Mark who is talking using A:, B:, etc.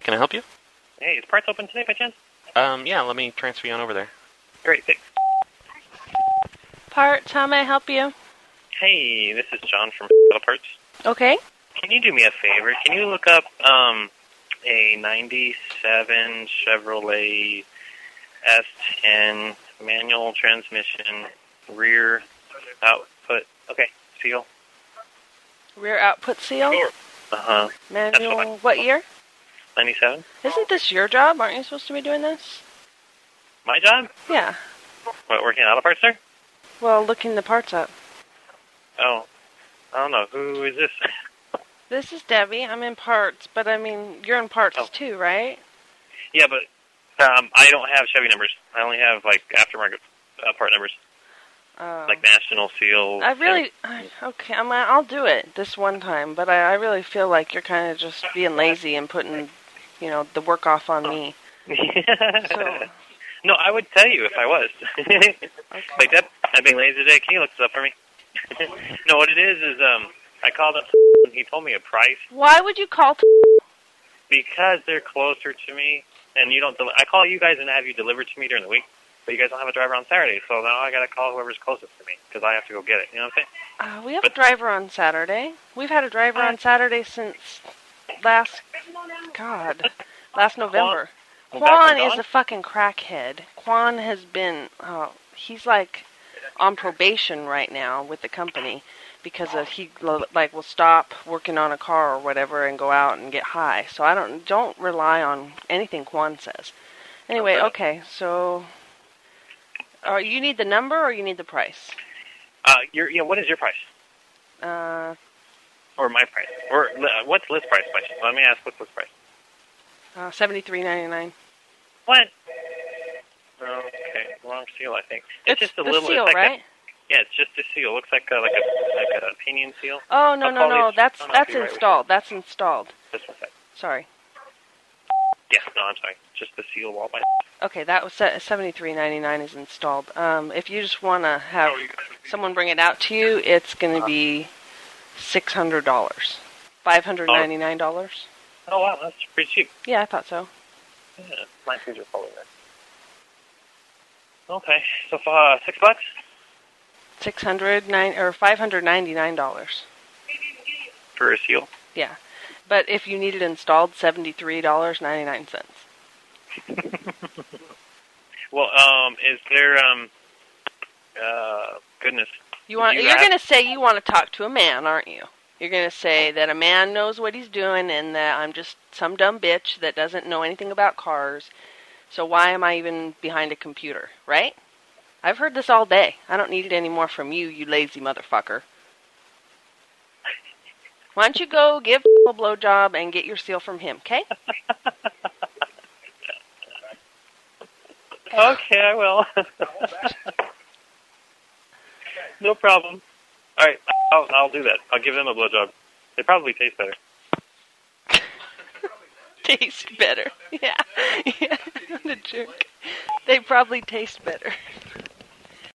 A: Can I help you?
B: Hey, is parts open today by chance?
A: Um, yeah, let me transfer you on over there.
B: Great, thanks.
C: Parts, how may I help you?
B: Hey, this is John from Metal Parts.
C: Okay.
B: Can you do me a favor? Can you look up um, a 97 Chevrolet S10 manual transmission rear output? Okay, seal.
C: Rear output seal,
B: Sure. Uh huh. That's
C: manual,
B: fine.
C: what year?
B: 97?
C: Isn't this your job? Aren't you supposed to be doing this?
B: My job?
C: Yeah.
B: What, working at Auto Parts there?
C: Well, looking the parts up.
B: Oh, I don't know. Who is this?
C: This is Debbie. I'm in parts, but I mean, you're in parts
B: Oh.
C: too, right?
B: yeah, but um, I don't have Chevy numbers. I only have, like, aftermarket uh, part numbers,
C: Um,
B: like National Seal.
C: I really, I, okay, I'm, I'll do it this one time, but I, I really feel like you're kind of just being lazy and putting, you know, the work off on me. So,
B: No, I would tell you if I was.
C: okay.
B: like that, I'm being lazy today. Can you look this up for me? no, what it is is um, I called up and he told me a price
C: Why would you call? T-
B: because they're closer to me, and you don't. Del- I call you guys and have you delivered to me during the week, but you guys don't have a driver on Saturday, so now I gotta call whoever's closest to me because I have to go get it. You know what I'm saying?
C: uh, we have a driver on Saturday. We've had a driver
B: Uh,
C: on Saturday since last, God, last November.
B: Well, back
C: Quan
B: when
C: is a fucking crackhead. Quan has been, oh, he's like on probation right now with the company because of he lo- like will stop working on a car or whatever and go out and get high. So I don't don't rely on anything Quan says. Anyway,
B: Okay.
C: okay, so uh, you need the number or you need the price?
B: Don- uh, your, you know, what is your price
C: Uh,
B: or my price or uh, what's list price? By Let me ask what's list price.
C: uh, seventy three ninety nine.
B: What? Okay, long seal, I think. It's, just a
C: the
B: little.
C: seal,
B: it's like
C: right?
B: A, yeah, it's just a seal. Looks like a, like a like a pinion seal.
C: Oh no
B: I'll
C: no
B: call
C: no,
B: these-
C: that's
B: I'll
C: that's
B: be right with you.
C: installed. That's installed.
B: Just one sec.
C: Sorry.
B: Yeah, no, I'm sorry. Just the seal wall. By
C: Okay, that was seventy three ninety nine is installed. Um, if you just want to
B: Oh,
C: have someone bring it out to you, it's going to be six hundred dollars, five hundred ninety nine dollars.
B: oh wow, that's pretty cheap.
C: Yeah, I thought so.
B: Yeah, my things are falling there. Okay, so uh, six bucks.
C: Six hundred nine or five hundred ninety nine dollars.
B: For a seal.
C: Yeah, but if you need it installed, seventy three dollars ninety nine cents.
B: Well, um, is there um, uh, goodness,
C: You want
B: You
C: you're
B: have-
C: going to say you want to talk to a man, aren't you? You're going to say that a man knows what he's doing and that I'm just some dumb bitch that doesn't know anything about cars. So why am I even behind a computer, right? I've heard this all day. I don't need it anymore from you, you lazy motherfucker. Why don't you go give a blowjob and get your seal from him, okay?
B: Okay, I will. no problem. All right, I'll, I'll do that. I'll give them a blowjob. They probably taste better.
C: Taste better. Yeah. yeah. What a jerk. They probably taste better.